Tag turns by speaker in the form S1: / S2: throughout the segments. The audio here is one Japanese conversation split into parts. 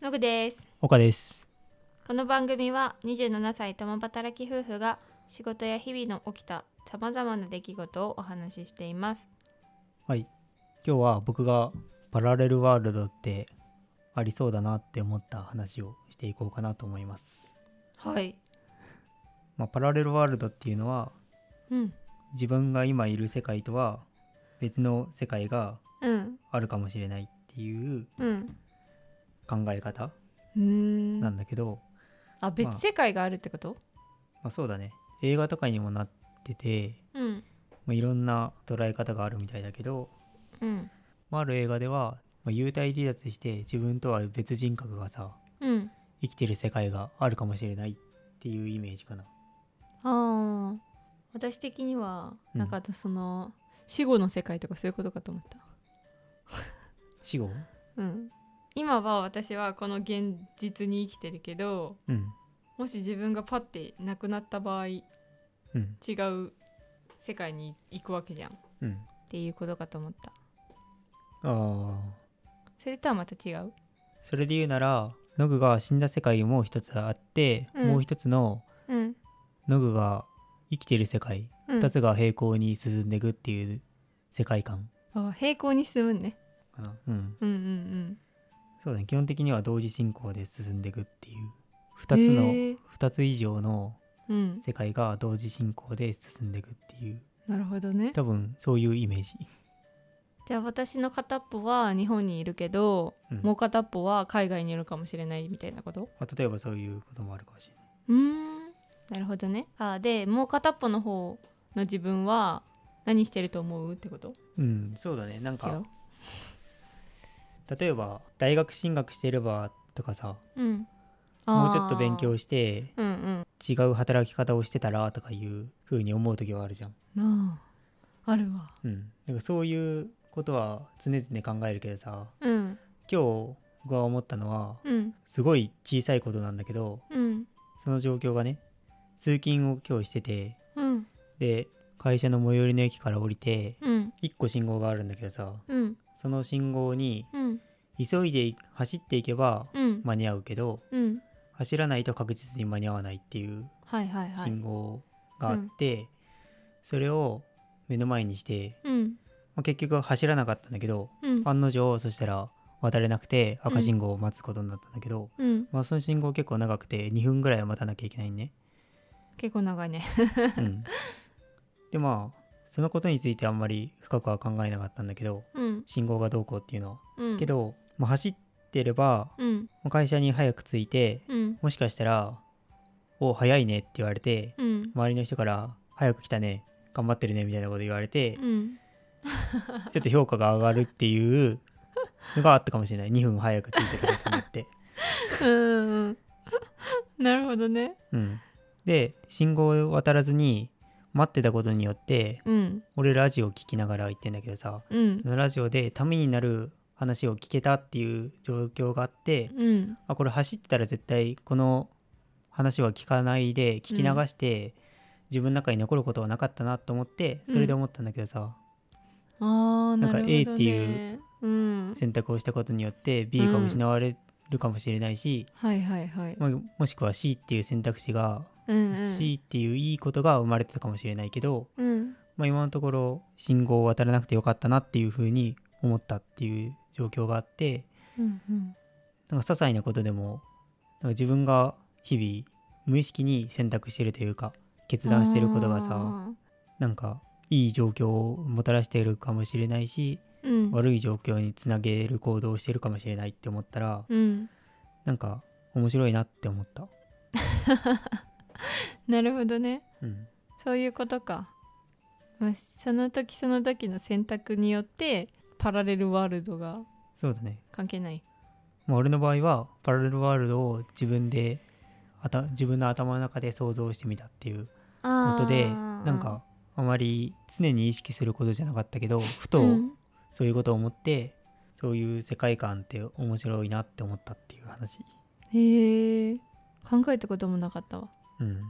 S1: のぐです
S2: 岡です。
S1: この番組は27歳共働き夫婦が仕事や日々の起きたさまざまな出来事をお話ししています
S2: はい。今日は僕がパラレルワールドってありそうだなって思った話をしていこうかなと思います。
S1: はい
S2: まあ、パラレルワールドっていうのは
S1: うん
S2: 自分が今いる世界とは別の世界が
S1: うん
S2: あるかもしれないっていう
S1: うん
S2: 考え方
S1: うーん
S2: なんだけど、
S1: あ別世界があるってこと、
S2: まあ、そうだね。映画とかにもなってて、
S1: うん
S2: まあ、いろんな捉え方があるみたいだけど、
S1: うん
S2: まあ、ある映画では、まあ、幽体離脱して自分とは別人格がさ
S1: うん
S2: 生きてる世界があるかもしれないっていうイメージかな。
S1: ああ私的には
S2: うん
S1: なんかあとその、死後の世界とかそういうことかと思った
S2: 死後
S1: うん今は私はこの現実に生きてるけど
S2: うん
S1: もし自分がパッて亡くなった場合違
S2: うん
S1: う世界に行くわけじゃんっ
S2: うん。
S1: ていうことかと思った
S2: ああ
S1: それとはまた違う
S2: それで言うならノグが死んだ世界もう一つあって、
S1: うん
S2: もう一つの
S1: うん
S2: ノグが生きてる世界
S1: うん
S2: 二つが平行に進んでいくっていう世界観
S1: あ平行に進むね
S2: かな。うん。
S1: うんうん
S2: そうだね基本的には同時進行で進んでいくっていう
S1: う
S2: 二
S1: ん
S2: つ
S1: へ
S2: の
S1: ー
S2: 二つ以上の
S1: うん
S2: 世界が同時進行で進んでいくっていう
S1: なるほどね
S2: 多分そういうイメージ。
S1: じゃあ私の片っぽは日本にいるけど、
S2: うん
S1: もう片っぽは海外にいるかもしれないみたいなこと
S2: まあ、例えばそういうこともあるかもしれない。
S1: うーんなるほどねあでもう片っぽの方の自分は何してると思うってこと
S2: うんそうだねなん
S1: 違
S2: か
S1: う
S2: 例えば大学進学してればとかさ
S1: うん
S2: もうちょっと勉強
S1: し
S2: して
S1: うんうん
S2: 違う働き方をしてたらとかいう風に思う時はあるじゃん。
S1: なああるわ
S2: うん、なんかそういうことは常々考えるけどさ
S1: うん
S2: 今日僕は思ったのは
S1: うん
S2: すごい小さいことなんだけど
S1: うん
S2: その状況がね通勤を今日してて
S1: うん
S2: で会社の最寄りの駅から降りて
S1: うん
S2: 1個信号があるんだけどさ
S1: うん
S2: その信号に
S1: うん
S2: 急いで走っていけば
S1: うん
S2: 間に合うけど
S1: うん
S2: 走らないと確実に間に合わないっていう
S1: はいはいはい
S2: 信号があって、それを目の前にして、
S1: うん
S2: まあ、結局は走らなかったんだけど
S1: うん
S2: 案の定そしたら渡れなくて
S1: ん
S2: 赤信号を待つことになったんだけど、
S1: うん
S2: まあ、その信号結構長くて2分ぐらいは待たなきゃいけな いんね。
S1: 結構長いね
S2: うん、でまあそのことについてあんまり深くは考えなかったんだけど
S1: うん
S2: 信号がどうこうっていうのは。
S1: うん
S2: けど、まあ、走ってれば
S1: うん
S2: まあ会社に早く着いて
S1: うん
S2: もしかしたら「お早いね」って言われて
S1: うん
S2: 周りの人から「早く来たね頑張ってるね」みたいなこと言わ れて
S1: うん
S2: ちょっと評価が上がるっていうのがあったかもしれない2分早く着いてくれたなって。
S1: うんなるほどね
S2: うん、で信号を渡らずに待ってたことによって
S1: うん
S2: 俺ラジオ聞きながら言ってんだけどさ
S1: うん
S2: そのラジオでためになる話を聞けたっていう状況があって
S1: うん
S2: あこれ走ってたら絶対この話は聞かないで聞き流して、自分の中に残ることはなかったなと思ってそれで思ったんだけどさ、
S1: ああな
S2: な
S1: んる
S2: か
S1: ほどね
S2: A っていう
S1: うん
S2: 選択をしたことによって B が失われるかもしれないし、
S1: はいはいはい
S2: まあもしくは C っていう選択肢が、
S1: うんうん
S2: C っていういいことが生まれてたかもしれないけど、
S1: うん
S2: まあ、今のところ信号を渡らなくてよかったなっていうふうに思ったっていう状況があって
S1: うんうん
S2: なんか些細なことでもなんか自分が日々無意識に選択してるというか決断してることがさ
S1: あ
S2: なんかいい状況をもたらしているかもしれないし
S1: ーうん
S2: 悪い状況につなげる行動をしてるかもしれないって思ったら
S1: うん
S2: なんか面白いなって思った。
S1: なるほどね
S2: うん、
S1: そういうことか、まあ、その時その時の選択によってパラレルワールドが
S2: そうだね。
S1: 関係ない
S2: まあ、俺の場合はパラレルワールドを自分であた自分の頭の中で想像してみたっていうことでなんかあまり常に意識することじゃなかったけどふと
S1: うん
S2: そういうことを思って、そういう世界観って面白いなって思ったっていう話。
S1: へえ考えたこともなかったわ
S2: うん、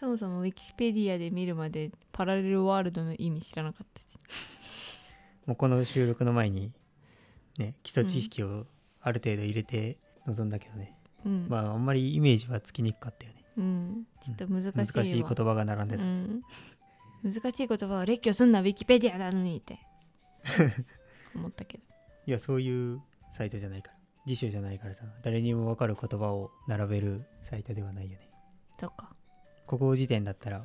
S1: そもそもウィキペディアで見るまでパラレルワールドの意味知らなかったし
S2: もうこの収録の前に、ね、基礎知識をある程度入れて望んだけどね、
S1: うん
S2: まああんまりイメージはつきにくかったよね
S1: うん、ちょっと難しいわ
S2: 難しい言葉が並んでた、
S1: うん、難しい言葉は列挙すんなウィキペディアなのにって 思ったけど
S2: いやそういうサイトじゃないから辞書じゃないからさ誰にも分かる言葉を並べるサイトではないよね
S1: そっか
S2: ここ辞典だったら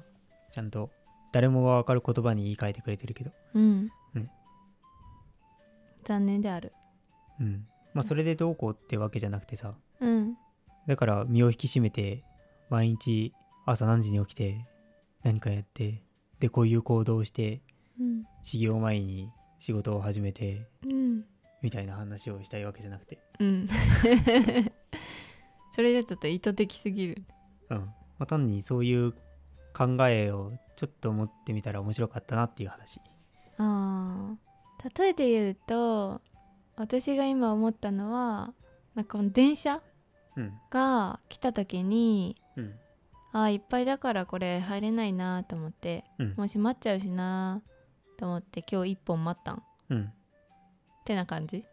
S2: ちゃんと誰もが分かる言葉に言い換えてくれてるけど
S1: うん、
S2: うん
S1: 残念である
S2: うんまあそれでどうこうってわけじゃなくてさ
S1: うん
S2: だから身を引き締めて毎日朝何時に起きて何かやってでこういう行動をして
S1: うん
S2: 始業前に仕事を始めて
S1: うん
S2: みたいな話をしたいわけじゃなくて
S1: うんそれじゃちょっと意図的すぎる
S2: うん、まあ、単にそういう考えをちょっと思ってみたら面白かったなっていう話
S1: あー例えて言うと私が今思ったのはなんかこの電車
S2: うん
S1: が来た時に
S2: うん
S1: あーいっぱいだからこれ入れないなと思って
S2: うん
S1: もう閉まっちゃうしなと思って今日1本待ったんっ
S2: うん
S1: てな感じ、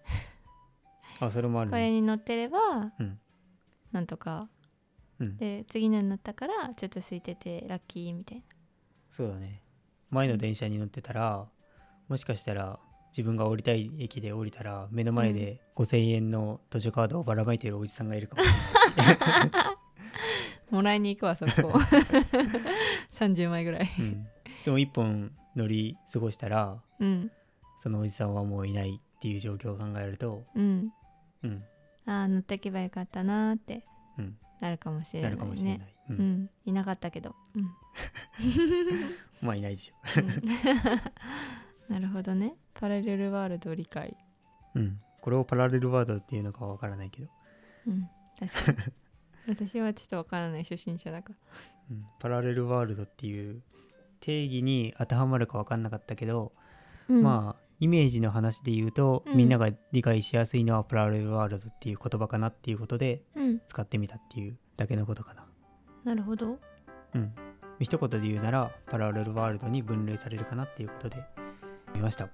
S2: あそれもある
S1: これ
S2: ね
S1: に乗ってれば、
S2: うん
S1: なんとか
S2: うん
S1: で次のに乗ったからちょっと空いててラッキーみたいな
S2: そうだね前の電車に乗ってたらもしかしたら自分が降りたい駅で降りたら目の前で5,000円の図書カードをばらまいているおじさんがい るかもしれない
S1: もらいに行くわそ こ30枚ぐらい
S2: うんでも1本乗り過ごしたら
S1: うん
S2: そのおじさんはもういないっていう状況を考えると
S1: うん
S2: うん
S1: あー乗ってけばよかったなーって
S2: うん
S1: なるかもしれな
S2: ない
S1: ね
S2: るかもしれないうん
S1: うん、いなかったけど、うん、
S2: まあいないでしょ
S1: なるほどねパラレルワールドを理解
S2: うんこれをパラレルワードっていうのかはわからないけど、
S1: うん確かに私はちょっとわからない初心者だから
S2: うん、パラレルワールドっていう定義に当てはまるかわかんなかったけど、
S1: うん、
S2: まあイメージの話で言うと、
S1: うん
S2: みんなが理解しやすいのはパラレルワールドっていう言葉かなっていうことで
S1: うん、
S2: 使ってみたっていうだけのことかな。
S1: なるほど
S2: うん、一言で言うならパラレルワールドに分類されるかなっていうことで見ました。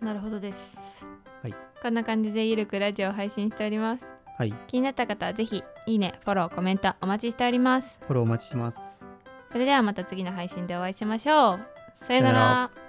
S1: なるほどです
S2: はい
S1: こんな感じでゆるくラジオを配信しております
S2: はい、
S1: 気になった方はぜひいいねフォローコメントお待ちしております
S2: フォローお待ちしてます。
S1: それではまた次の配信でお会いしましょうさような
S2: さような
S1: ら